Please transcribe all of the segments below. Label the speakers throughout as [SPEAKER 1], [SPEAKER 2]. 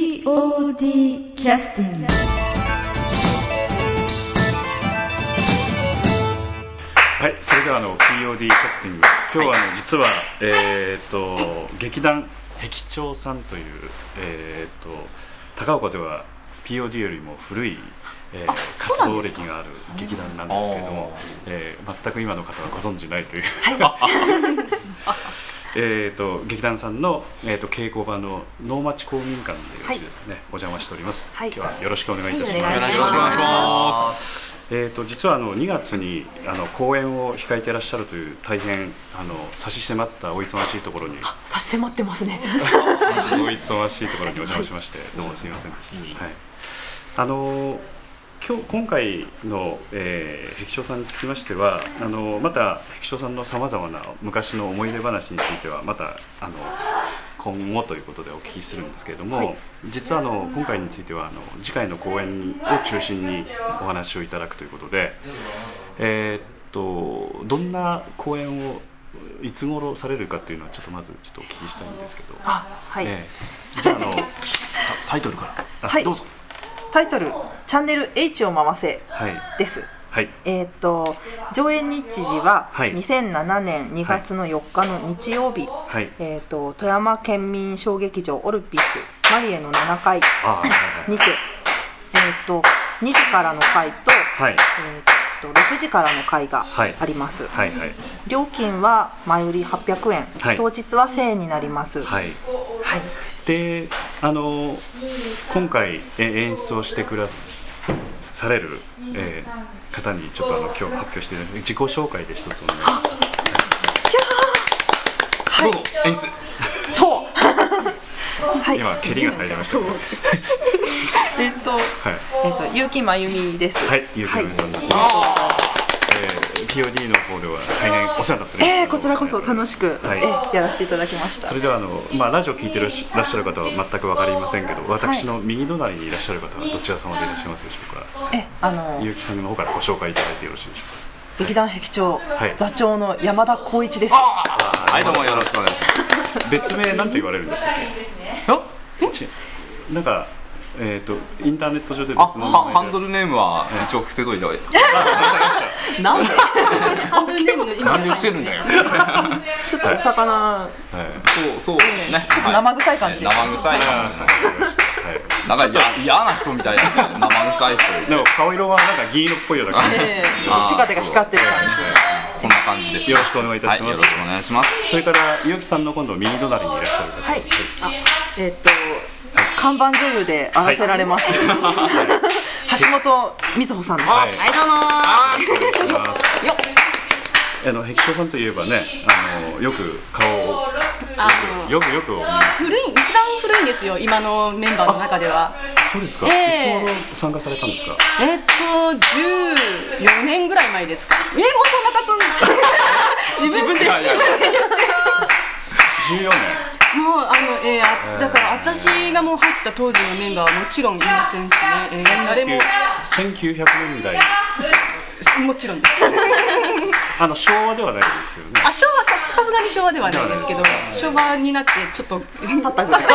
[SPEAKER 1] POD キャスティング
[SPEAKER 2] はい、それではあの POD キャスティング今日はあの、実は、えー、と劇団壁長さんという、えー、と高岡では POD よりも古い、えー活動歴がある劇団なんですけれども、えー全く今の方はご存じないという、 えー、と劇団さんの、えー、と稽古場の能町公民館でよろしいですかね、お邪魔しております、
[SPEAKER 3] はい
[SPEAKER 2] 今日はよろしくお願いいたします、
[SPEAKER 3] はいお願いします
[SPEAKER 4] よろしくお願いします
[SPEAKER 2] えー、と実はあの2月にあの公演を控えていらっしゃるという大変あの差し迫ったお忙しいところに
[SPEAKER 3] 差し迫ってますね。
[SPEAKER 2] お忙しいところにお邪魔しま してどうもすみませんでした。はい、あの今日今回の、えー、壁長さんにつきましてはあのまた壁長さんのさまざまな昔の思い出話についてはまたあの今後ということでお聞きするんですけれども、実はあの今回についてはあの次回の公演を中心にお話をいただくということで、えーっとどんな公演をいつ頃されるかっていうのはちょっとまずちょっとお聞きしたいんですけど、
[SPEAKER 3] あ、はい。
[SPEAKER 2] ええじゃああのタイトルからあ、
[SPEAKER 3] はい
[SPEAKER 2] どうぞ
[SPEAKER 3] タイトルチャンネル H を回せ
[SPEAKER 2] はい
[SPEAKER 3] です。
[SPEAKER 2] はい
[SPEAKER 3] えーっと上演日時は
[SPEAKER 2] はい
[SPEAKER 3] 2007年2月の4日の日曜日。
[SPEAKER 2] はい
[SPEAKER 3] えーっと富山県民小劇場オルピスマリエの7階
[SPEAKER 2] あはい
[SPEAKER 3] にて、えーっと2時からの回と、
[SPEAKER 2] はい
[SPEAKER 3] えーっと6時からの回があります。
[SPEAKER 2] はいはい
[SPEAKER 3] 料金は前売り800円、
[SPEAKER 2] はい
[SPEAKER 3] 当日は1000円になります。。
[SPEAKER 2] はいい
[SPEAKER 3] はい。
[SPEAKER 2] であの今回え演出をしてくだすされる、えー方にちょっとあの今日発表していただく自己紹介で一つお願いします
[SPEAKER 3] はい
[SPEAKER 2] どうぞ演出
[SPEAKER 3] と。はい。
[SPEAKER 2] 今蹴りが入りましたはい
[SPEAKER 3] えっと、えっと、結城真由美です。
[SPEAKER 2] はいゆうきのみさんですね、えー、POD の方では大変お世話になっております
[SPEAKER 3] えーこちらこそ楽しく、
[SPEAKER 2] はい
[SPEAKER 3] えーやらせていただきました。
[SPEAKER 2] それではあの、まあ、ラジオ聞いてらっしらっしゃる方は全く分かりませんけど私の右隣にいらっしゃる方はどちら様でいらっしゃいますでしょうか
[SPEAKER 3] えーあの
[SPEAKER 2] 結城さんの方からご紹介いただいてよろしいでしょう
[SPEAKER 3] 劇団壁長、
[SPEAKER 2] い
[SPEAKER 3] 座長の山田光一です。
[SPEAKER 4] はい、どうもよろしくお願いします。
[SPEAKER 2] か別名なんて言われるんでしたっけちなんか、えー、とインターネット上で別
[SPEAKER 4] あ、
[SPEAKER 2] の名前で
[SPEAKER 4] はハンドルネームは一応伏せといた方がいい。
[SPEAKER 3] なんで
[SPEAKER 4] なんで伏せるんだよ。
[SPEAKER 3] ちょっとお魚、
[SPEAKER 2] はい
[SPEAKER 4] そう、そうですね。
[SPEAKER 3] と生臭い感じです
[SPEAKER 4] は生臭い感じですね。
[SPEAKER 2] は
[SPEAKER 4] なんかや嫌な人みたいな生臭い人い
[SPEAKER 2] い、な
[SPEAKER 4] る。
[SPEAKER 2] んか顔色はなんか銀色っぽいような感じ
[SPEAKER 3] えーちょっとテカテカ光ってる感じ。
[SPEAKER 4] じ。そんな感じです。
[SPEAKER 2] よろしくお願いいたします
[SPEAKER 4] はよろしくお願いします。
[SPEAKER 2] それから結城さんの今度右隣にいらっしゃる方
[SPEAKER 3] はい。あ、えーっと、看板女優であらせられます。 橋本瑞穂さんです。
[SPEAKER 2] はい
[SPEAKER 5] はい、どうもー。
[SPEAKER 2] お願いしますあの壁長さんといえばねあのよく顔を
[SPEAKER 5] あの、
[SPEAKER 2] よくよくお見ます
[SPEAKER 5] 古い、一番古いんですよ、今のメンバーの中では。
[SPEAKER 2] そうですか、
[SPEAKER 5] ええ
[SPEAKER 2] いつ頃参加されたんですか
[SPEAKER 5] えっと、14年ぐらい前ですか。え、もうそんな経 つん自分で。
[SPEAKER 4] いやいや
[SPEAKER 2] 14
[SPEAKER 5] もう、あの、えー
[SPEAKER 2] えー
[SPEAKER 5] あ、だから私がもう入った当時のメンバーはもちろんいませんしね。えー誰も
[SPEAKER 2] 年、1900年代
[SPEAKER 5] もちろんです。
[SPEAKER 2] あの昭和ではないですよね
[SPEAKER 5] あ、昭和、ささすがに昭和ではないですけど
[SPEAKER 2] ではない、です
[SPEAKER 5] 昭和になってちょ っと、
[SPEAKER 3] たったぐらい。
[SPEAKER 5] え、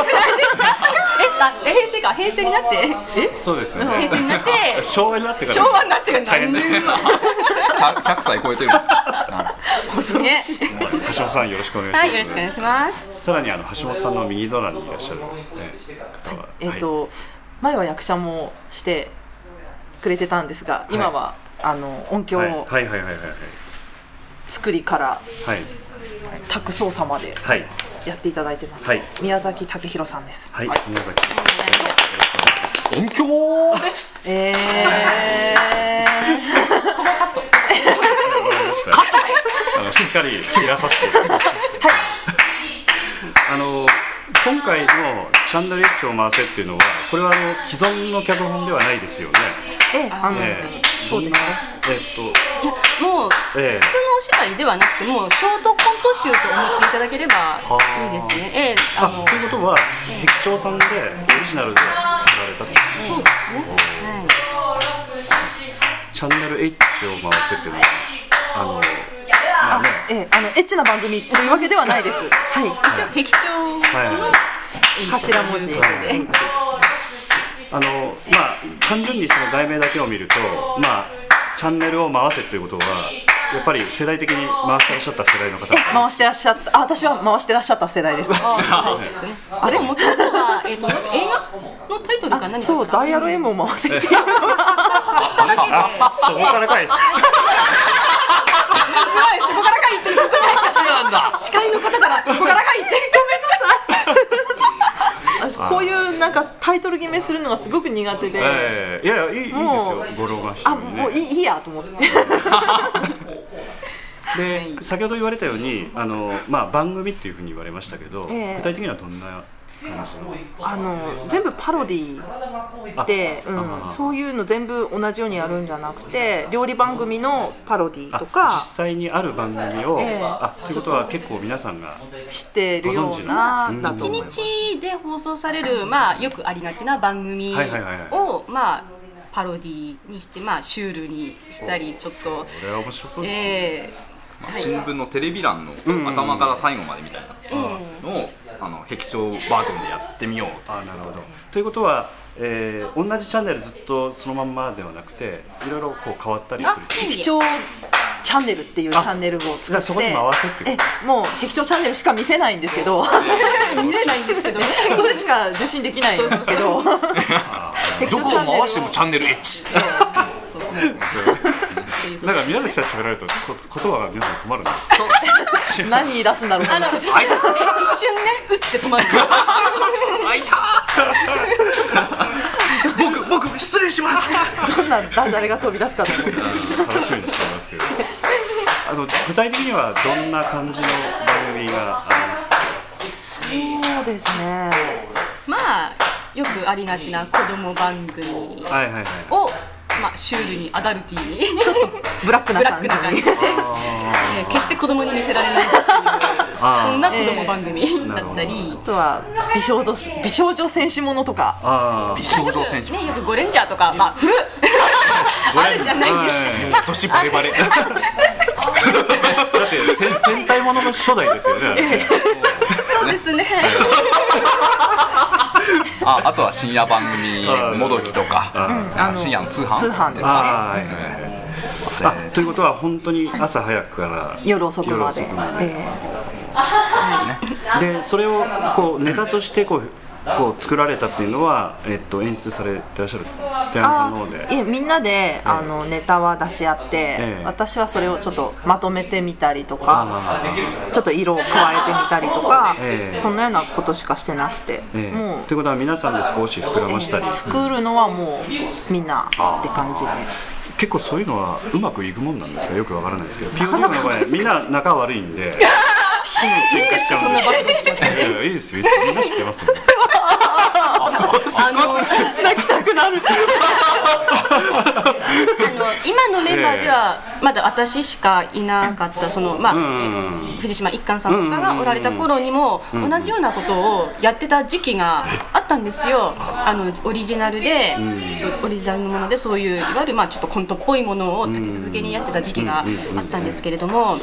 [SPEAKER 5] あ、え平成か、 平成になって、
[SPEAKER 2] そうですよね
[SPEAKER 5] 平成になって、
[SPEAKER 2] 昭和になってから
[SPEAKER 5] 昭和になってから
[SPEAKER 2] 大変だよ
[SPEAKER 4] 100歳超えてる。
[SPEAKER 3] 恐ろしい。
[SPEAKER 2] 橋本さんよろしくお願いします、
[SPEAKER 5] はい、よろしくお願いします。
[SPEAKER 2] さらにあの橋本さんの右隣にいらっしゃる、ね、方は、
[SPEAKER 3] えっ、と、前は役者もしてくれてたんですが、今は、あの音響
[SPEAKER 2] はい、
[SPEAKER 3] を
[SPEAKER 2] はいはいはいはい
[SPEAKER 3] 作りから
[SPEAKER 2] はい
[SPEAKER 3] 卓操作まで
[SPEAKER 2] はい
[SPEAKER 3] やっていただいてます、
[SPEAKER 2] はい
[SPEAKER 3] 宮崎武弘さんです
[SPEAKER 2] はい、宮崎
[SPEAKER 4] 音響です。
[SPEAKER 3] え
[SPEAKER 2] わかりました。あのしっかり切らさせていただきます。あの今回のチャンネル H を回せっていうのは、これはあの既存の脚本ではないですよね。
[SPEAKER 3] ー、えあの、
[SPEAKER 2] ええ
[SPEAKER 3] そうですね
[SPEAKER 2] えっと、
[SPEAKER 5] いや、もう、
[SPEAKER 2] え
[SPEAKER 5] 普通のお芝居ではなくてもうショートコント集と思っていただければいいですね。ええ
[SPEAKER 2] え
[SPEAKER 5] あ
[SPEAKER 2] あ
[SPEAKER 5] の
[SPEAKER 2] ということは、壁長さんでオリジナルで作られたっていう
[SPEAKER 5] そうですね。はい。
[SPEAKER 2] チャンネル H を回せっていうのは、あの、まあね、
[SPEAKER 3] ええあのエッチな番組というわけではないですはい
[SPEAKER 5] 一応壁長
[SPEAKER 2] はい
[SPEAKER 5] の
[SPEAKER 2] は
[SPEAKER 5] 演出
[SPEAKER 3] 頭文字
[SPEAKER 5] とい
[SPEAKER 3] え
[SPEAKER 5] うことで
[SPEAKER 3] え
[SPEAKER 2] あのまあ単純にその題名だけを見るとまあチャンネルを回せということはやっぱり世代的に回してらっしゃった世代の方
[SPEAKER 3] いや回してらっしゃったあ私は回してらっしゃった世代です
[SPEAKER 5] あそうですね。あれもともとはえっと映画のタイトルか何 か
[SPEAKER 3] そうダイヤル M を回せっていうのが
[SPEAKER 2] あそこからかい
[SPEAKER 5] すごいそこからかいってすごい
[SPEAKER 4] なんだ
[SPEAKER 5] 司会の方 からそこからかいって
[SPEAKER 3] 私こういうなんかタイトル決めするのがすごく苦手で、
[SPEAKER 2] ええいやいやいいいいですよ
[SPEAKER 3] もう
[SPEAKER 2] ご老眼して
[SPEAKER 3] あ
[SPEAKER 2] もね
[SPEAKER 3] もういいいいやと思って
[SPEAKER 2] で先ほど言われたようにあの、まあ、番組っていうふうに言われましたけど、
[SPEAKER 3] ええ
[SPEAKER 2] 具体的にはどんな感じ
[SPEAKER 3] あの全部パロディー
[SPEAKER 2] あ
[SPEAKER 3] で、
[SPEAKER 2] あ
[SPEAKER 3] うん、
[SPEAKER 2] あ
[SPEAKER 3] そういうの全部同じようにやるんじゃなくて料理番組のパロディ
[SPEAKER 2] あ
[SPEAKER 3] ーと
[SPEAKER 2] 実
[SPEAKER 3] か
[SPEAKER 2] 際にある番組を、
[SPEAKER 3] ええ
[SPEAKER 2] あということは結構皆さんが
[SPEAKER 3] 知ってるよ
[SPEAKER 2] ご存
[SPEAKER 3] う
[SPEAKER 2] 知
[SPEAKER 3] な
[SPEAKER 2] の
[SPEAKER 3] だと
[SPEAKER 5] 1
[SPEAKER 3] 思います
[SPEAKER 5] 日で放送される、まあ、よくありがちな番組を、
[SPEAKER 2] はいはいはいはい
[SPEAKER 5] まあ、パロディにして、まあ、シュールにしたりちょっと
[SPEAKER 2] こ。れは面白そうですね、
[SPEAKER 5] え
[SPEAKER 4] まあ新聞のテレビ欄の
[SPEAKER 2] んうん
[SPEAKER 4] 頭から最後までみたいな
[SPEAKER 5] え
[SPEAKER 4] のをあの壁長バージョンでやってみようと
[SPEAKER 2] あなるほどということは、えー同じチャンネルずっとそのまんまではなくていろいろこう変わったりする
[SPEAKER 5] え
[SPEAKER 3] 壁長チャンネルっていうチャンネルを
[SPEAKER 2] じ
[SPEAKER 3] 使
[SPEAKER 2] ゃあ
[SPEAKER 3] って
[SPEAKER 2] そこに回せっていうこ
[SPEAKER 3] えもう壁長チャンネルしか見せないんですけど
[SPEAKER 5] 見れないんですけどね
[SPEAKER 3] それしか受信できないんですけど壁
[SPEAKER 4] ど
[SPEAKER 3] 長
[SPEAKER 4] こ
[SPEAKER 3] チャンネ
[SPEAKER 4] を
[SPEAKER 3] ル
[SPEAKER 4] 回してもチャンネル H
[SPEAKER 5] そうっていう
[SPEAKER 2] と
[SPEAKER 5] ふう
[SPEAKER 2] なんか
[SPEAKER 5] に
[SPEAKER 2] 宮崎さん喋られるとこ言葉が皆さん困るんですか
[SPEAKER 3] 何言い出すんだろう
[SPEAKER 5] あの
[SPEAKER 3] な
[SPEAKER 5] 一瞬ね一瞬ねうって止 まるんですよ
[SPEAKER 4] あいたー僕僕失礼します
[SPEAKER 3] どんなダジャレが飛び出すかと思って
[SPEAKER 2] 楽しみにしてますけどあの具体的にはどんな感じの番組がありますか
[SPEAKER 3] そうですね
[SPEAKER 5] まあよくありがちな子供番組を、
[SPEAKER 2] はいはいはい
[SPEAKER 5] まあ、シュールにアダルティーに
[SPEAKER 3] ブラックな
[SPEAKER 5] ブラ
[SPEAKER 3] 感
[SPEAKER 5] ック
[SPEAKER 3] じ
[SPEAKER 5] な感
[SPEAKER 3] に
[SPEAKER 5] じで、えー決して子供に見せられないっていうそんな子供番組
[SPEAKER 2] ー
[SPEAKER 5] だったり。
[SPEAKER 3] あとは美少女美少女戦士ものとか
[SPEAKER 2] あ
[SPEAKER 4] 美
[SPEAKER 2] ー
[SPEAKER 4] 少女戦士
[SPEAKER 5] ね、よくゴレンジャーとか、まあ、古っあるじゃないですか。
[SPEAKER 2] はい
[SPEAKER 4] 年バレバレ
[SPEAKER 2] だって戦戦隊ものの初代ですよねあれね
[SPEAKER 5] そうですね。
[SPEAKER 4] ああとは深夜番組もどきと
[SPEAKER 2] あ
[SPEAKER 4] か、
[SPEAKER 3] の
[SPEAKER 4] 深夜の通販
[SPEAKER 3] 通販で
[SPEAKER 2] あーはい
[SPEAKER 3] すね
[SPEAKER 2] はいはいあということは本当に朝早くから
[SPEAKER 3] 夜遅くまで
[SPEAKER 2] 夜遅くまで
[SPEAKER 3] ええ
[SPEAKER 2] でそれをこうネタとしてこうこう作られたっていうのは、えっと、演出されてらっしゃる寺山さんの
[SPEAKER 3] あ
[SPEAKER 2] 方で
[SPEAKER 3] いえみんなであのネタは出し合って、
[SPEAKER 2] え
[SPEAKER 3] 私はそれをちょっとまとめてみたりとか
[SPEAKER 2] あ
[SPEAKER 3] ちょっと色を加えてみたりとか、
[SPEAKER 2] ええ
[SPEAKER 3] そんなようなことしかしてなくて、
[SPEAKER 2] ーえー
[SPEAKER 3] もう、
[SPEAKER 2] ということは皆さんで少し膨らましたり、
[SPEAKER 3] ええ作るのはもうみんなって感じで
[SPEAKER 2] 結構そういうのはうまくいくもんなんですかよくわからないですけど POD
[SPEAKER 3] かなか
[SPEAKER 2] の場合みんな仲悪いん ですぐ喧嘩しちゃ うんですよいやいやいいですよいいですよみんな知ってますもん
[SPEAKER 5] あの、あの、
[SPEAKER 3] 泣きたくな る
[SPEAKER 5] 今のメンバーでは、まだ私しかいなかった、その、まあ、
[SPEAKER 2] うん
[SPEAKER 5] 藤島一貫さんとかがおられた頃にも同じようなことをやってた時期があったんですよあのオリジナルで、そうオリジナルのものでそういういわゆるまあちょっとコントっぽいものを立て続けにやってた時期があったんですけれども。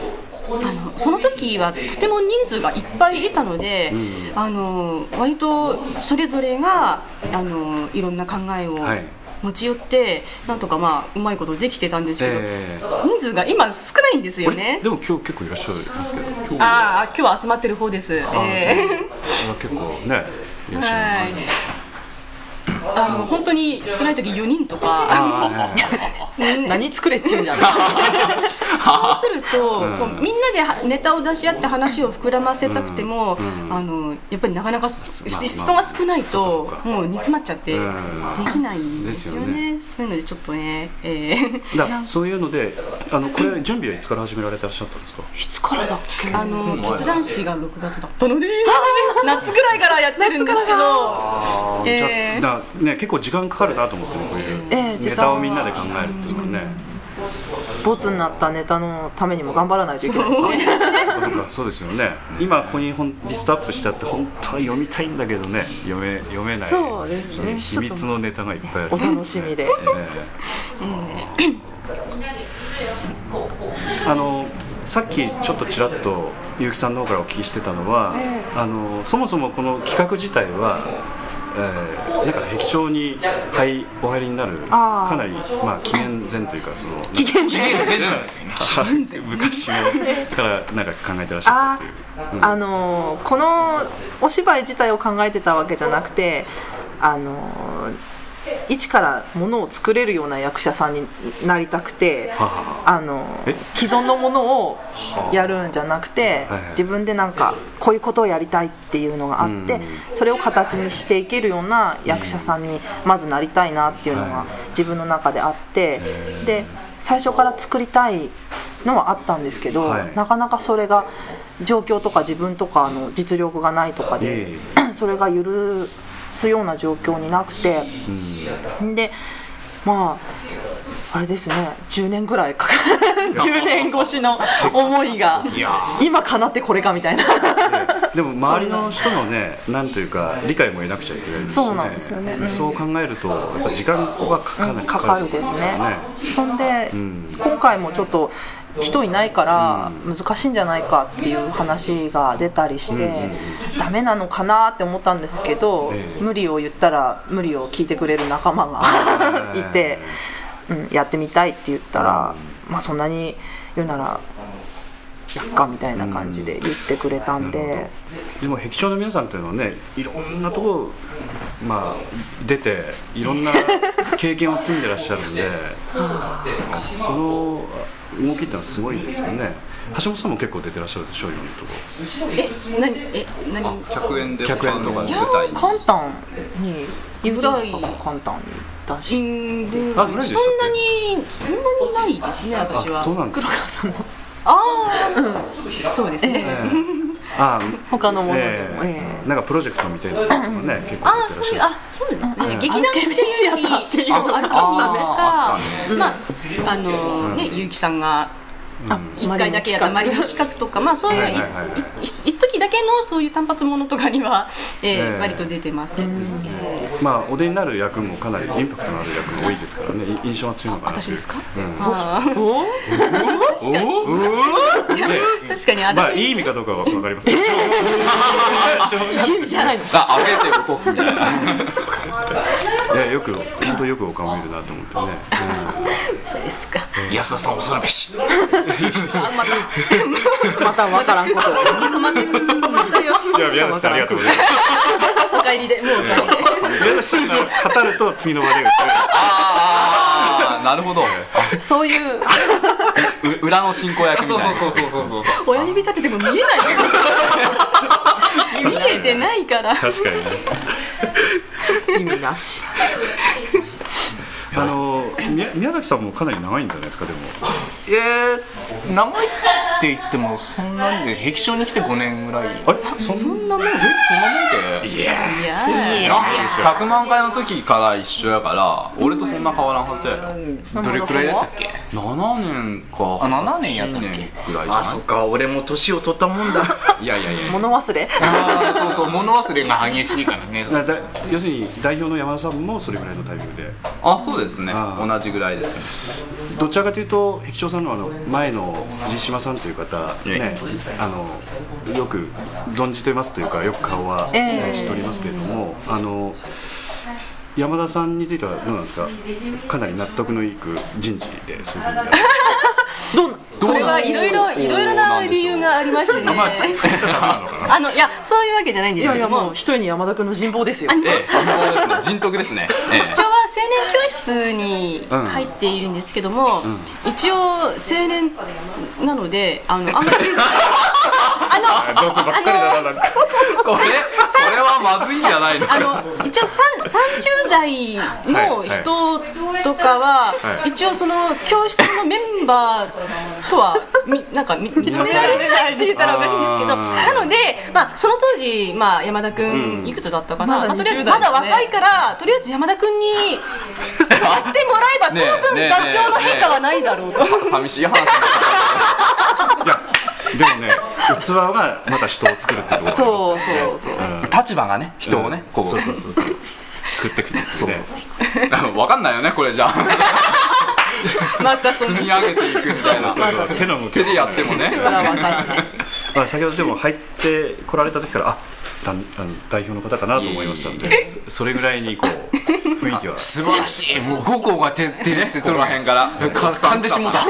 [SPEAKER 5] あのその時はとても人数がいっぱいいたので、あの割とそれぞれがあのいろんな考えを
[SPEAKER 2] はい
[SPEAKER 5] 持ち寄って、なんとかまあうまいことできてたんですけど、
[SPEAKER 2] え
[SPEAKER 5] 人数が今少ないんですよね
[SPEAKER 2] ーでも今日結構いらっしゃいますけど今日は
[SPEAKER 5] ああ今日は集まってる方です。えー
[SPEAKER 2] 結構ねいらっしゃい
[SPEAKER 5] は
[SPEAKER 2] ます
[SPEAKER 5] い
[SPEAKER 2] ね。
[SPEAKER 5] あの本当に少ない時4人とか。
[SPEAKER 2] あー
[SPEAKER 3] 何作れっちゅうんじゃない
[SPEAKER 5] そうすると、こうみんなではネタを出し合って話を膨らませたくても、あのやっぱりなかなかす、
[SPEAKER 2] まあまあ
[SPEAKER 5] し人が少ない
[SPEAKER 2] そっ
[SPEAKER 5] と
[SPEAKER 2] かそっか
[SPEAKER 5] もう煮詰まっちゃって、
[SPEAKER 2] うん
[SPEAKER 5] できないんですよねそういうのでちょっとね、え ー
[SPEAKER 2] だからそういうのであのこれ準備はいつから始められてらっしゃったんですか
[SPEAKER 3] いつからだっけ
[SPEAKER 5] あの決断式が6月だったので 夏ぐらいからやってるんですけど
[SPEAKER 2] あー
[SPEAKER 5] えー
[SPEAKER 2] じゃあだからね結構時間かかるなと思ってねこういう、
[SPEAKER 3] えー時間
[SPEAKER 2] ネタをみんなで考えるっていうのにね、
[SPEAKER 3] ボツになったネタのためにも頑張らないといけないですね
[SPEAKER 2] あそっかそうですよね今ここにほんリストアップしてあって本当は読みたいんだけどね読め読めない
[SPEAKER 3] そうですね
[SPEAKER 2] 秘密のネタがいっぱいある
[SPEAKER 3] お楽しみで
[SPEAKER 2] あのさっきちょっとちらっと結城さんの方からお聞きしてたのは、あのそもそもこの企画自体は、えーなんか壁章に入お入りになる
[SPEAKER 3] あー
[SPEAKER 2] かなりまあ紀元前というかそ の
[SPEAKER 3] 期限で
[SPEAKER 4] 全然ですね
[SPEAKER 2] はい 昔のからなんか考えてらっしゃ
[SPEAKER 3] あ
[SPEAKER 2] る
[SPEAKER 3] ー、あのーこのお芝居自体を考えてたわけじゃなくてあのー一からものを作れるような役者さんになりたくて
[SPEAKER 2] はは
[SPEAKER 3] あのー
[SPEAKER 2] え
[SPEAKER 3] 既存のものをやるんじゃなくて
[SPEAKER 2] はいはい
[SPEAKER 3] 自分でなんかこういうことをやりたいっていうのがあっ
[SPEAKER 2] う
[SPEAKER 3] て
[SPEAKER 2] ん
[SPEAKER 3] それを形にしていけるような役者さんにまずなりたいなっていうの
[SPEAKER 2] は
[SPEAKER 3] が自分の中であってで最初から作りたいのはあったんですけど、
[SPEAKER 2] はい
[SPEAKER 3] なかなかそれが状況とか自分とかの実力がないとかで、
[SPEAKER 2] え
[SPEAKER 3] それが許すような状況になくて、でまああれですね10年ぐらいかか10年越しの思いが
[SPEAKER 4] いや
[SPEAKER 3] 今かなってこれかみたいな
[SPEAKER 2] でも周りの人のねなんというか理解も得なくちゃいけないですよね
[SPEAKER 3] そうなんですよねうん
[SPEAKER 2] そう考えるとやっぱ時間はかなり
[SPEAKER 3] か
[SPEAKER 2] か
[SPEAKER 3] か
[SPEAKER 2] か
[SPEAKER 3] る
[SPEAKER 2] る
[SPEAKER 3] です
[SPEAKER 2] よ
[SPEAKER 3] ねそんで、
[SPEAKER 2] ん
[SPEAKER 3] 今回もちょっと人いないから難しいんじゃないかっていう話が出たりして、ダメなのかなって思ったんですけど、
[SPEAKER 2] ええ
[SPEAKER 3] 無理を言ったら無理を聞いてくれる仲間 がいて、うん、やってみたいって言ったら、まあそんなに言うならやっかみたいな感じで言ってくれたんで。
[SPEAKER 2] でも壁長の皆さんというのはねいろんなとこまあ出ていろんな経験を積んでらっしゃるん でその動きってのはすごいですよね橋本さんも結構出てらっしゃるでしょいろんなとこ
[SPEAKER 5] え、何え、何
[SPEAKER 4] 100円で
[SPEAKER 2] 100円とかで
[SPEAKER 4] 舞台に
[SPEAKER 3] 簡単に
[SPEAKER 5] 舞台
[SPEAKER 3] 簡単に出
[SPEAKER 5] う
[SPEAKER 3] し
[SPEAKER 5] んで
[SPEAKER 2] あ
[SPEAKER 5] そん
[SPEAKER 2] ない
[SPEAKER 5] な
[SPEAKER 2] でし
[SPEAKER 5] に
[SPEAKER 2] たっ
[SPEAKER 5] そんなにないですね私
[SPEAKER 2] あそう
[SPEAKER 5] は
[SPEAKER 2] なんですか
[SPEAKER 5] ああーそうですね
[SPEAKER 2] ええあ
[SPEAKER 3] 他のものでも
[SPEAKER 2] ええ
[SPEAKER 3] ええ
[SPEAKER 2] なんかプロジェクトみたいなのもね結構
[SPEAKER 5] あ
[SPEAKER 2] や
[SPEAKER 5] あ
[SPEAKER 2] って
[SPEAKER 5] そ
[SPEAKER 2] らっ
[SPEAKER 5] う
[SPEAKER 2] し
[SPEAKER 5] いう
[SPEAKER 2] ゃる
[SPEAKER 5] あそうなんですね、
[SPEAKER 2] うん
[SPEAKER 5] 劇団ってい
[SPEAKER 3] ア
[SPEAKER 5] うより
[SPEAKER 3] ルケミシアターっていう
[SPEAKER 5] あアルケ
[SPEAKER 4] ああ
[SPEAKER 5] ミとか
[SPEAKER 4] っ
[SPEAKER 5] まああのね結城さんが一回だけやったマ
[SPEAKER 3] マ
[SPEAKER 5] リ
[SPEAKER 3] リ
[SPEAKER 5] オ
[SPEAKER 3] オ
[SPEAKER 5] 企画とかまあそういうい
[SPEAKER 2] はいはいはいはい
[SPEAKER 5] い一時だけのそういう単発ものとかにはえ
[SPEAKER 2] ええ
[SPEAKER 5] ー割と出てますけどえー
[SPEAKER 2] まあお出になる役もかなりインパクトのある役が多いですからねい印象が強いのかな
[SPEAKER 5] 私ですか
[SPEAKER 2] ん
[SPEAKER 5] あ ー
[SPEAKER 3] お
[SPEAKER 2] おお
[SPEAKER 5] いや確かに
[SPEAKER 2] まあい
[SPEAKER 5] 私
[SPEAKER 2] い意味かどうかは分かりませんけど
[SPEAKER 3] いいんじゃないの
[SPEAKER 4] あ上げて落とすんじゃないですか
[SPEAKER 2] いやよく本当よくお顔見るなと思ってね、
[SPEAKER 5] そうですか
[SPEAKER 4] 安田さん恐るべし
[SPEAKER 5] あまた
[SPEAKER 3] またわからんこと
[SPEAKER 5] いいぞまたまたよ
[SPEAKER 2] いや宮崎さんありがとうございます
[SPEAKER 5] お帰りでもうお帰りで
[SPEAKER 2] 宮崎さんが語ると次の話題が
[SPEAKER 4] ああなるほど
[SPEAKER 3] そういう
[SPEAKER 4] う裏の進行役みたいなそうそうそうそうそう
[SPEAKER 5] 親指立てても見えない見えてないから
[SPEAKER 2] 確かにね
[SPEAKER 3] 意味なし
[SPEAKER 2] あの宮宮崎さんもかなり長いんじゃないですかでも
[SPEAKER 1] えー、名前って言ってもそんなんで壁長に来て5年ぐらい
[SPEAKER 2] あれそんなもん
[SPEAKER 1] そんなもんで
[SPEAKER 2] いや
[SPEAKER 5] いや
[SPEAKER 4] 100万回の時から一緒やから俺とそんな変わらんはずやよ
[SPEAKER 1] どれくらいだったっけ
[SPEAKER 4] 7年か
[SPEAKER 1] あ7年やったっけ
[SPEAKER 4] 8年ぐらいじゃない
[SPEAKER 1] あそっか俺も年を取ったもんだ
[SPEAKER 4] いやいやいや
[SPEAKER 3] 物忘れ
[SPEAKER 1] あーそうそう物忘れが激しいからね
[SPEAKER 2] だ要するに代表の山田さんもそれぐらいのタイミングで
[SPEAKER 4] あそうですね
[SPEAKER 2] あー
[SPEAKER 4] 同じぐらいですね
[SPEAKER 2] どちらかというと碧長さんのあの前の藤島さんという方ねあのよく存じてますというかよく顔は、ね
[SPEAKER 3] ええ
[SPEAKER 2] 知っておりますけれどもあの山田さんについてはどうなんですかかなり納得のいく人事でそういうふうにやる
[SPEAKER 3] どうな
[SPEAKER 5] それはいろいろいろいろな理由がありましてねあのいやそういうわけじゃないんで
[SPEAKER 3] い
[SPEAKER 5] す
[SPEAKER 3] や
[SPEAKER 5] け
[SPEAKER 3] いや
[SPEAKER 5] ど
[SPEAKER 3] も
[SPEAKER 5] も
[SPEAKER 3] う一人に山田君の人望ですよ
[SPEAKER 4] ええそうですね人徳ですねええ
[SPEAKER 5] 一応は青年教室に入っているんですけども、一応青年なのであのあんまりあの
[SPEAKER 2] 僕ばっかりだななんか
[SPEAKER 4] これこれはまずいんじゃないの
[SPEAKER 5] あの一応さん30代の人とか
[SPEAKER 2] は
[SPEAKER 5] は、
[SPEAKER 2] いは
[SPEAKER 5] 一応その教室のメンバーとはみなんかみ認められないって言ったらおかしいんですけど
[SPEAKER 2] あー
[SPEAKER 5] なので、まあ、その当時、まあ、山田君、
[SPEAKER 2] うん
[SPEAKER 5] いくつだったかな、
[SPEAKER 3] まだ
[SPEAKER 5] あとりあえず
[SPEAKER 3] 20
[SPEAKER 5] ま
[SPEAKER 3] 代
[SPEAKER 5] だ
[SPEAKER 3] だね
[SPEAKER 5] 若いからとりあえず山田君にやってもらえば多
[SPEAKER 4] ねえね
[SPEAKER 5] 分
[SPEAKER 4] え
[SPEAKER 5] 座長の変化はないだろうと。
[SPEAKER 4] 寂しい話
[SPEAKER 2] いやでもね器がまた人を作るってところがありますね
[SPEAKER 3] そうそうそう
[SPEAKER 4] 立場がね人をねこう
[SPEAKER 2] そうそうそうそう作っていくってこと
[SPEAKER 4] そう
[SPEAKER 2] ね
[SPEAKER 4] 分かんないよねこれじゃ あ
[SPEAKER 3] またその
[SPEAKER 4] 積み上げていくみたいな
[SPEAKER 2] 手の向き
[SPEAKER 4] 手でやってもね
[SPEAKER 3] それはわからない
[SPEAKER 2] まあ、先ほどでも入ってこられた時からあだんあの代表の方かなと思いましたの
[SPEAKER 4] いえいえ
[SPEAKER 2] でそそれぐらいにこう雰囲気は
[SPEAKER 1] 素晴らしいもう五個が手手出て
[SPEAKER 4] ここら辺から
[SPEAKER 1] か噛んでしもうた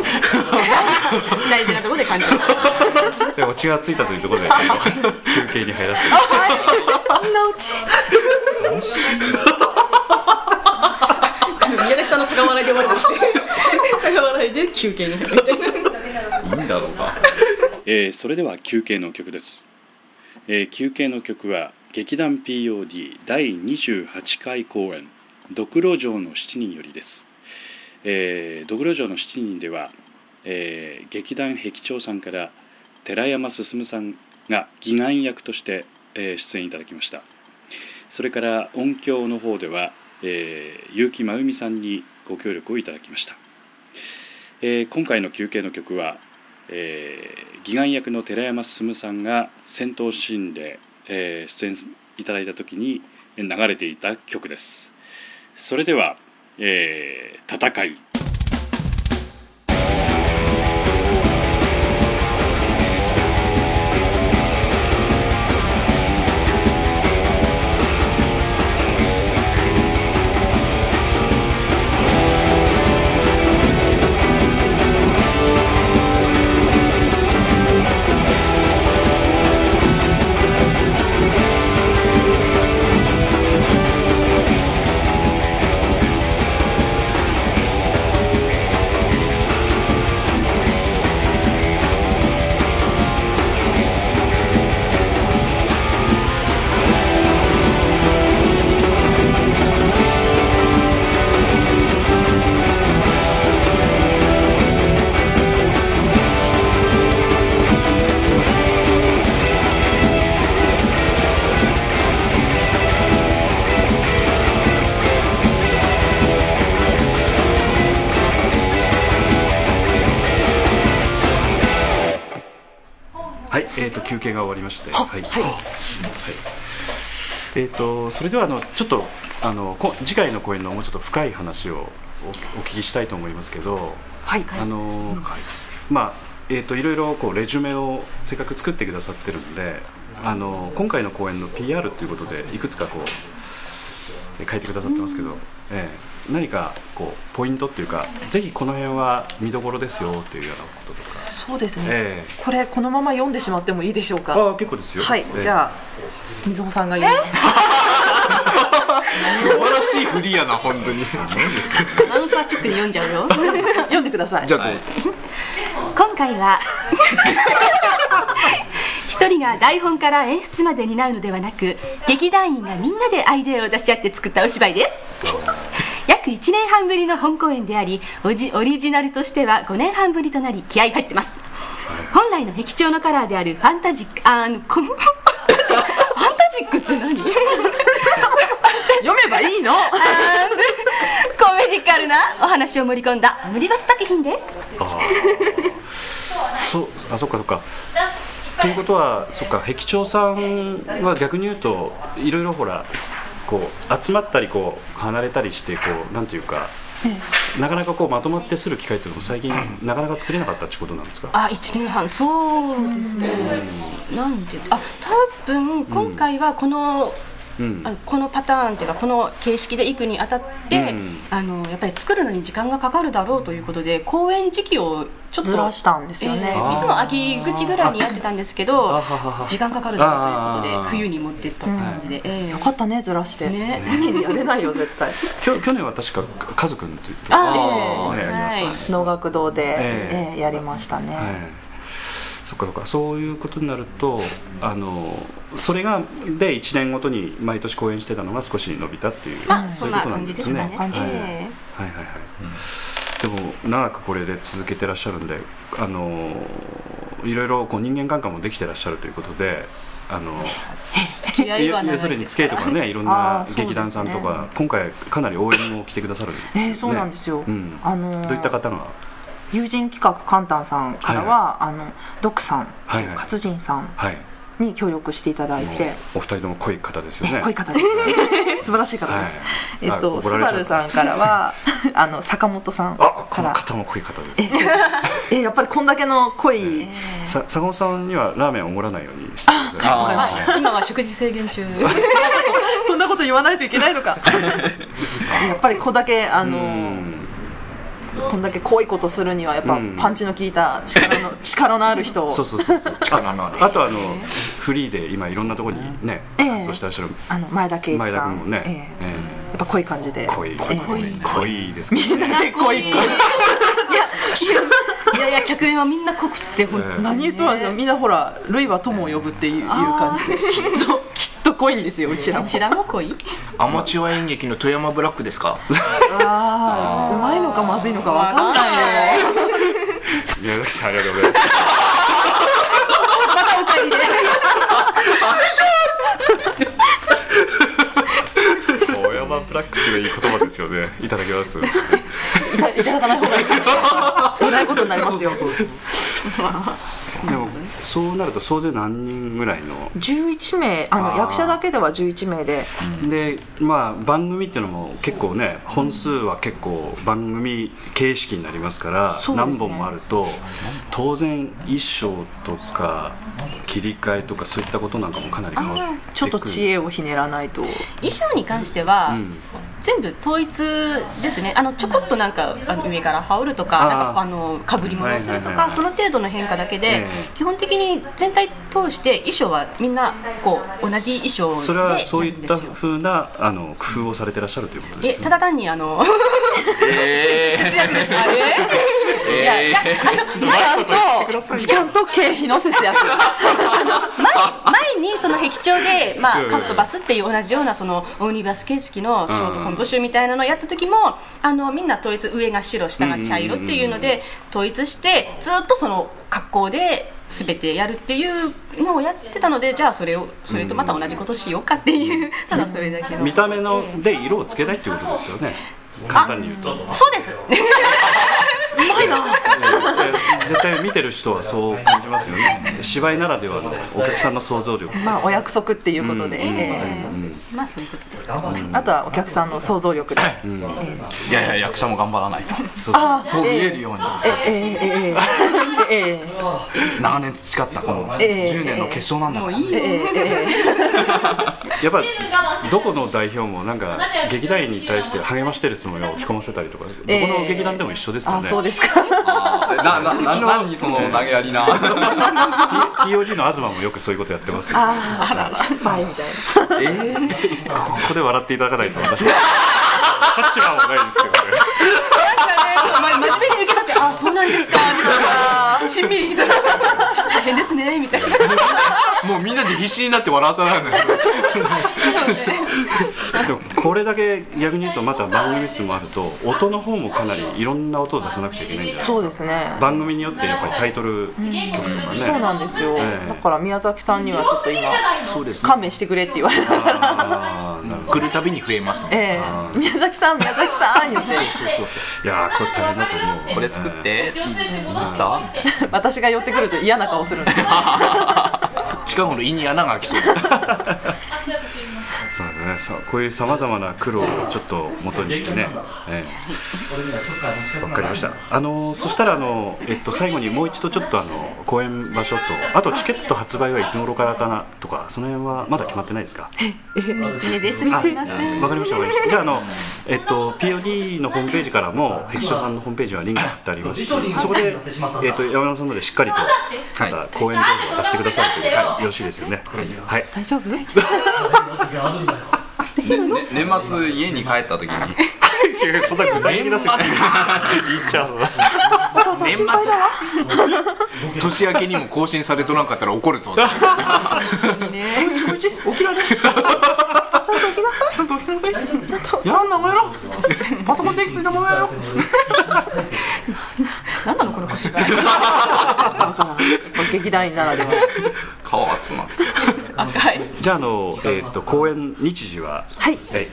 [SPEAKER 5] 大事なところで感じる
[SPEAKER 2] でオチがついたというところでちょっと休憩に入らせて
[SPEAKER 5] あんなうち宮崎さんの高笑いで終わりまして高笑いで休憩に入るみたいない
[SPEAKER 4] いんだろうか
[SPEAKER 2] えーそれでは休憩の曲です、えー休憩の曲は劇団 POD 第28回公演「ドクロ城の7人」よりです、えー、ドクロ城の7人では、えー劇団壁長さんから寺山進さんが義眼役として、えー出演いただきましたそれから音響の方では、えー結城真由美さんにご協力をいただきました、えー今回の休憩の曲はえー、義眼役の寺山進さんが戦闘シーンで、えー出演いただいた時にえー流れていた曲ですそれでは、えー戦いはい、えー、と休憩が終わりましてはい、はいえー、とそれではあのちょっとあのこ次回の公演のもうちょっと深い話をおお聞きしたいと思いますけど
[SPEAKER 3] はい
[SPEAKER 2] あのまあえー、といろいろこうレジュメをせっかく作ってくださってるのであの今回の公演の PR ということでいくつかこうえ書いてくださってますけど、ええ何かこうポイントっていうかぜひこの辺は見どころですよっていうようなこととか、
[SPEAKER 3] そうですね、
[SPEAKER 2] え
[SPEAKER 3] これこのまま読んでしまってもいいでしょう
[SPEAKER 2] え
[SPEAKER 3] か
[SPEAKER 2] ああ結構ですよ
[SPEAKER 3] はい、じ
[SPEAKER 2] あ
[SPEAKER 3] ゃあ水穂さんが読みます
[SPEAKER 1] 素晴らしいフリやな本当に
[SPEAKER 5] アナウンサーチックに読んじゃうよ
[SPEAKER 3] 読んでください
[SPEAKER 1] じゃあどうぞ
[SPEAKER 6] 今回は一人が台本から演出まで担うのではなく劇団員がみんなでアイデアを出し合って作ったお芝居です約1年半ぶりの本公演でありオジオリジナルとしては5年半ぶりとなり気合い入ってます本来の壁長のカラーであるファンタジックあのこんファンタジックって何
[SPEAKER 3] 読めばいいの
[SPEAKER 6] コメディカルなお話を盛り込んだオムリバス作品です
[SPEAKER 2] そあそっかそっかということはそっか壁長さんは逆に言うといろいろほらこう集まったりこう離れたりしてこうなんていうか、なかなかこうまとまってする機会っていうのも最近なかなか作れなかったってことなんですか
[SPEAKER 5] あ1年半そうですねなんであ多分今回はこの、
[SPEAKER 2] うん
[SPEAKER 5] あのこのパターンっていうかこの形式で行くにあたって、
[SPEAKER 2] うん
[SPEAKER 5] あのやっぱり作るのに時間がかかるだろうということで公演時期をちょっと
[SPEAKER 3] ずらしたんですよ
[SPEAKER 5] え
[SPEAKER 3] ね、
[SPEAKER 5] ーいつも秋口ぐらいにやってたんですけ
[SPEAKER 2] あは
[SPEAKER 5] ど
[SPEAKER 2] はは
[SPEAKER 5] 時間かかるだろうという
[SPEAKER 2] あー
[SPEAKER 5] ことで冬に持ってったって感じで、えー
[SPEAKER 3] よかったねずらして、
[SPEAKER 5] ね
[SPEAKER 3] 一気にやれないよ絶対
[SPEAKER 2] きょ去年は確かかカズくんというと
[SPEAKER 5] あ
[SPEAKER 2] あー
[SPEAKER 5] えー
[SPEAKER 2] やりまし
[SPEAKER 3] 能楽堂で、
[SPEAKER 2] ええ
[SPEAKER 3] ええやりましたね、
[SPEAKER 2] はい、そっかそっかそういうことになるとあのそれがで1年ごとに毎年公演してたのが少し伸びたっていう、
[SPEAKER 5] まあ
[SPEAKER 2] そ
[SPEAKER 5] そう
[SPEAKER 2] い
[SPEAKER 5] ん
[SPEAKER 2] うことな
[SPEAKER 5] な
[SPEAKER 2] んで
[SPEAKER 5] 感じですす
[SPEAKER 2] ね
[SPEAKER 5] かね
[SPEAKER 3] 感じ
[SPEAKER 5] え
[SPEAKER 2] はいはいはい、でも長くこれで続けてらっしゃるんであのいろいろこう人間関係もできてらっしゃるということであの
[SPEAKER 5] ー付き合いは
[SPEAKER 2] 要
[SPEAKER 5] 長
[SPEAKER 2] する
[SPEAKER 5] い
[SPEAKER 2] に
[SPEAKER 5] です
[SPEAKER 2] 付けとかねいろんな
[SPEAKER 3] あーそうですね
[SPEAKER 2] 劇団さんとか、今回かなり応援も来てくださる、
[SPEAKER 3] ええそうなんですよ、
[SPEAKER 2] ねうん
[SPEAKER 3] あのー
[SPEAKER 2] どういった方が
[SPEAKER 3] 友人企画カンタンさんからは、あのドクさん、
[SPEAKER 2] はいはい
[SPEAKER 3] 活人さん
[SPEAKER 2] はい
[SPEAKER 3] に協力していただいて、
[SPEAKER 2] お二人とも濃い方ですよ
[SPEAKER 3] え
[SPEAKER 2] ね
[SPEAKER 3] 濃い方です 素晴らしい方です、
[SPEAKER 2] はい
[SPEAKER 3] えっと
[SPEAKER 2] あ
[SPEAKER 3] ス
[SPEAKER 2] 怒られち
[SPEAKER 3] バ
[SPEAKER 2] ゃう
[SPEAKER 3] ルさんか らはあの坂本さん
[SPEAKER 2] あこ
[SPEAKER 3] か
[SPEAKER 2] の
[SPEAKER 3] ら
[SPEAKER 2] 方も濃い方で
[SPEAKER 3] え
[SPEAKER 2] す
[SPEAKER 3] っとえやっぱりこんだけの濃い
[SPEAKER 2] さ坂本さんにはラーメンを盛らないようにしてください
[SPEAKER 4] あわかりま
[SPEAKER 2] し
[SPEAKER 5] 今は食事制限中
[SPEAKER 3] そんなこと言わないといけない のかやっぱりこんだけあのこんだけ濃いことするにはやっぱ
[SPEAKER 2] うん
[SPEAKER 3] パンチの効いた力の力のある人を
[SPEAKER 2] そうそうそうそう
[SPEAKER 1] 力のある
[SPEAKER 2] あとあのフリーで今いろんなところにね
[SPEAKER 3] ええ
[SPEAKER 2] 活動してらっしゃる
[SPEAKER 3] あの前田圭一
[SPEAKER 2] 前田
[SPEAKER 3] さ
[SPEAKER 2] 君も
[SPEAKER 3] ん、
[SPEAKER 2] ね
[SPEAKER 3] ええ
[SPEAKER 2] え
[SPEAKER 3] やっぱ濃い感じで
[SPEAKER 2] え濃い濃い
[SPEAKER 3] ええ
[SPEAKER 2] 濃い濃いですけど ね
[SPEAKER 3] 濃い濃い
[SPEAKER 5] いやいや客員はみんな濃くってほん
[SPEAKER 2] ええ
[SPEAKER 3] 何言ってますよみんなほら「ルイは友を呼ぶ」っていういう感じできっときっと濃いんですようちら
[SPEAKER 5] う
[SPEAKER 3] も
[SPEAKER 5] ちらも濃い
[SPEAKER 1] アマチュア演劇の富山ブラックで すか
[SPEAKER 3] あーうまいのかまずいのかわかんないね
[SPEAKER 2] 宮崎さんありがとうございます大山ブラックっていうのはいい言葉ですよねいただきます
[SPEAKER 3] いたいただかない方がいいえらいことになりますよ
[SPEAKER 2] でもそうなると総勢何人ぐらいの
[SPEAKER 3] 11名あ
[SPEAKER 2] あー
[SPEAKER 3] の役者だけでは11名で
[SPEAKER 2] でまあ番組っていうのも結構ね本数は結構番組形式になりますから
[SPEAKER 3] そうですね
[SPEAKER 2] 何本もあると当然衣装とか切り替えとかそういったことなんかもかなり変わってくる
[SPEAKER 3] ちょっと知恵をひねらないと
[SPEAKER 5] 衣装に関しては、
[SPEAKER 2] うん
[SPEAKER 5] 全部統一ですねあのちょこっとなんかあの上から羽織るとか
[SPEAKER 2] あー
[SPEAKER 5] なんかあのかぶり物をすると
[SPEAKER 2] はいはいはい
[SPEAKER 5] かその程度の変化だけで、
[SPEAKER 2] ええ
[SPEAKER 5] 基本的に全体通して衣装はみんなこう同じ衣装で
[SPEAKER 2] それはそういった
[SPEAKER 5] やるんですよ
[SPEAKER 2] ふうなあの工夫をされてらっしゃるということで
[SPEAKER 5] え
[SPEAKER 2] すよ
[SPEAKER 5] ただ単に あの
[SPEAKER 4] え
[SPEAKER 5] 節約ですねあれ
[SPEAKER 4] ー、え
[SPEAKER 3] 時間と時間と経費の節約
[SPEAKER 5] 前にその壁長で、ま
[SPEAKER 2] うんう
[SPEAKER 5] あ、
[SPEAKER 2] ん
[SPEAKER 5] カットバスっていう同じようなそのオムニバス形式のショートコント集みたいなのをやった時もあのみんな統一上が白下が茶色っていうので統一してずっとその格好で全てやるっていうのをやってたのでじゃあそれをそれとまた同じことしようかっていうただそれだけの
[SPEAKER 2] 見た目ので色をつけないということですよね簡単に言うと、
[SPEAKER 5] そうです
[SPEAKER 2] ええ絶対見てる人はそう感じますよね芝居ならではのお客さんの想像力
[SPEAKER 3] まあお約束っていうこ
[SPEAKER 2] う
[SPEAKER 3] とで、
[SPEAKER 2] ん
[SPEAKER 3] え
[SPEAKER 5] まあそういうことですか
[SPEAKER 3] ーあとはお客さんの想像力で、えー
[SPEAKER 4] ー、いやいや役者も頑張らないと
[SPEAKER 3] あー
[SPEAKER 4] そう見えるように
[SPEAKER 3] ええええええ
[SPEAKER 4] 長年培ったこの
[SPEAKER 3] ええ
[SPEAKER 4] 10年の結晶なんだから、
[SPEAKER 3] ええええ
[SPEAKER 2] やっぱりどこの代表もなんか劇団員に対して励ましてるつもりを落ち込ませたりとか、
[SPEAKER 3] え
[SPEAKER 2] どこの劇団でも一緒ですよ
[SPEAKER 3] あ
[SPEAKER 2] ね、
[SPEAKER 3] そうですか
[SPEAKER 4] あーななな
[SPEAKER 2] うちの
[SPEAKER 4] 何その投げやりな
[SPEAKER 2] POG の東もよくそういうことやってますよ、
[SPEAKER 3] あら失敗みたいな
[SPEAKER 4] えー、
[SPEAKER 2] ここで笑っていただかないと私は立場もないですけどね
[SPEAKER 5] 真面目に受けたってあそうなんですかみ たいなしんみりみたいな大変ですねみたいな
[SPEAKER 1] もうみんなで必死になって笑ったらない
[SPEAKER 2] でもこれだけ逆に言うとまた番組数もあると音の方もかなりいろんな音を出さなくちゃいけないんじゃないですか
[SPEAKER 3] そうですね
[SPEAKER 2] 番組によってやっぱりタイトル曲とかね、
[SPEAKER 3] そうなんですよ、
[SPEAKER 2] ええ
[SPEAKER 3] だから宮崎さんにはちょっと今
[SPEAKER 1] そうですね
[SPEAKER 3] 勘弁してくれって言われたから、
[SPEAKER 2] あーなるほど
[SPEAKER 1] 来るたびに増えますね
[SPEAKER 3] ええ宮崎さん宮崎さん言って
[SPEAKER 1] そうそうそう
[SPEAKER 2] いやーこれ大変だと思う
[SPEAKER 4] これ作っていいったみたい
[SPEAKER 3] 私が寄ってくると嫌な顔するん ですよ
[SPEAKER 1] 近頃胃に穴が開きそうです
[SPEAKER 2] そうですねさこういうさまざまな苦労をちょっと元にしてね、ええ、わかりましたあのそしたらあの、えっと、最後にもう一度ちょっとあの公演場所とあとチケット発売はいつ頃からかなとかその辺はまだ決まってないですか
[SPEAKER 5] えーですみません
[SPEAKER 2] あわかりましたわかりましたじゃああの、えっと、POD のホームページからも壁所さんのホームページはリンク貼ってありますしそこで、えっと、山田さんのでしっかりとまた公演情報を出してくださるということでよろしいですよねはい
[SPEAKER 3] 大丈夫
[SPEAKER 4] な、ねね年末家に帰った時 に
[SPEAKER 2] そんな具体的な説明言っちゃうぞ
[SPEAKER 3] お母さん心配だわ
[SPEAKER 1] 年明けにも更新されとらんかったら怒るぞって
[SPEAKER 3] ちゃんと起きなさいちゃんと起きなさいちゃんとやんなもやろパソコンできすぎてもやろ
[SPEAKER 5] 何なのこの 腰が
[SPEAKER 3] だから劇団員ならでは
[SPEAKER 4] 顔集まって
[SPEAKER 5] 赤い
[SPEAKER 2] じゃああの、えー、と公演日時は、
[SPEAKER 3] はい
[SPEAKER 2] はい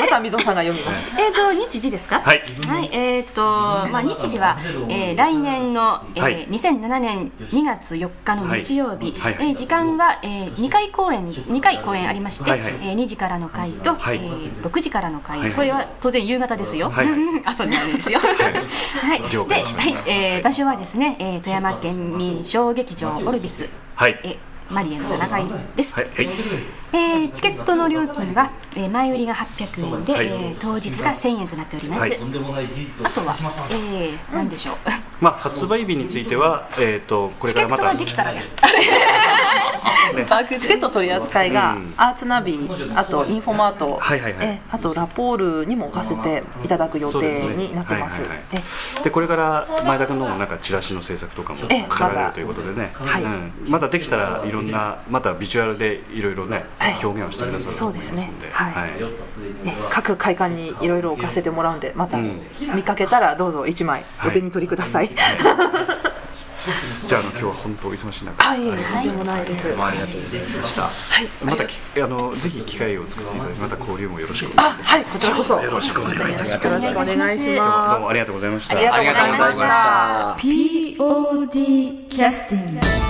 [SPEAKER 3] また溝さんが読みます。
[SPEAKER 5] えっ、と日時ですか。
[SPEAKER 2] はい
[SPEAKER 5] はい、えっ、とまあ日時は、えー、来年の、えー
[SPEAKER 2] はい
[SPEAKER 5] 2007年2月4日の日曜日、
[SPEAKER 2] はいはい
[SPEAKER 5] えー時間は、えー、2回公演2回公演ありまして、
[SPEAKER 2] はいはい
[SPEAKER 5] えー2時からの回と、
[SPEAKER 2] はい
[SPEAKER 5] えー6時からの回、
[SPEAKER 2] はいはい
[SPEAKER 5] これは当然夕方ですよ。
[SPEAKER 2] はいはい
[SPEAKER 5] うん 朝になるんですよ。はい。
[SPEAKER 2] 了
[SPEAKER 5] で、
[SPEAKER 2] 解しま
[SPEAKER 5] はい、えー場所はですね、えー富山県民小劇場オルビス、
[SPEAKER 2] はい
[SPEAKER 5] えーマリエの7階です。
[SPEAKER 2] はいはい
[SPEAKER 5] えーチケットの料金は、えー前売りが800円で、
[SPEAKER 2] はい
[SPEAKER 5] えー当日が1000円となっております、
[SPEAKER 2] はい
[SPEAKER 7] とんでもない事実を
[SPEAKER 5] あとは、えー、何でしょう、
[SPEAKER 2] まあ発売日についてはえっ、とこれ
[SPEAKER 5] チ
[SPEAKER 2] から
[SPEAKER 5] ケッ
[SPEAKER 2] ま
[SPEAKER 5] トが
[SPEAKER 2] た
[SPEAKER 5] できたらです。
[SPEAKER 3] チケット取り扱いが
[SPEAKER 2] うん
[SPEAKER 3] アーツナビあとインフォマート、
[SPEAKER 2] はいはいはい
[SPEAKER 3] えあとラポールにも置かせていただく予
[SPEAKER 2] そうです
[SPEAKER 3] 定
[SPEAKER 2] ね
[SPEAKER 3] になってます。
[SPEAKER 2] はいはいはいでこれから前田君の方もなんかチラシの制作とかも
[SPEAKER 3] ええ
[SPEAKER 2] かれるということでね、
[SPEAKER 3] まだはい
[SPEAKER 2] うんまだできたらいろんなまたビジュアルでいろいろね、
[SPEAKER 3] はい
[SPEAKER 2] 表現をしてくださると思いますんで
[SPEAKER 3] そうですねはい
[SPEAKER 2] はい
[SPEAKER 3] えね各会館にいろいろ置かせてもらうんでまた
[SPEAKER 2] うん
[SPEAKER 3] 見かけたらどうぞ一枚お手に取りください。
[SPEAKER 2] じゃああの今日は本当お忙しい中
[SPEAKER 3] あいえいえとんでもないです。
[SPEAKER 8] ありがとうございました
[SPEAKER 2] またきあのぜひ機会を作っていただいてまた交流もよろしくお願いし
[SPEAKER 3] あはいこちらこそよろしくお願いいたします。よろしくお願い
[SPEAKER 2] ます
[SPEAKER 3] し
[SPEAKER 2] どう
[SPEAKER 3] ま
[SPEAKER 2] もありがとうございまし
[SPEAKER 3] す。
[SPEAKER 2] た
[SPEAKER 3] ありがとうございました。
[SPEAKER 9] POD キャスティング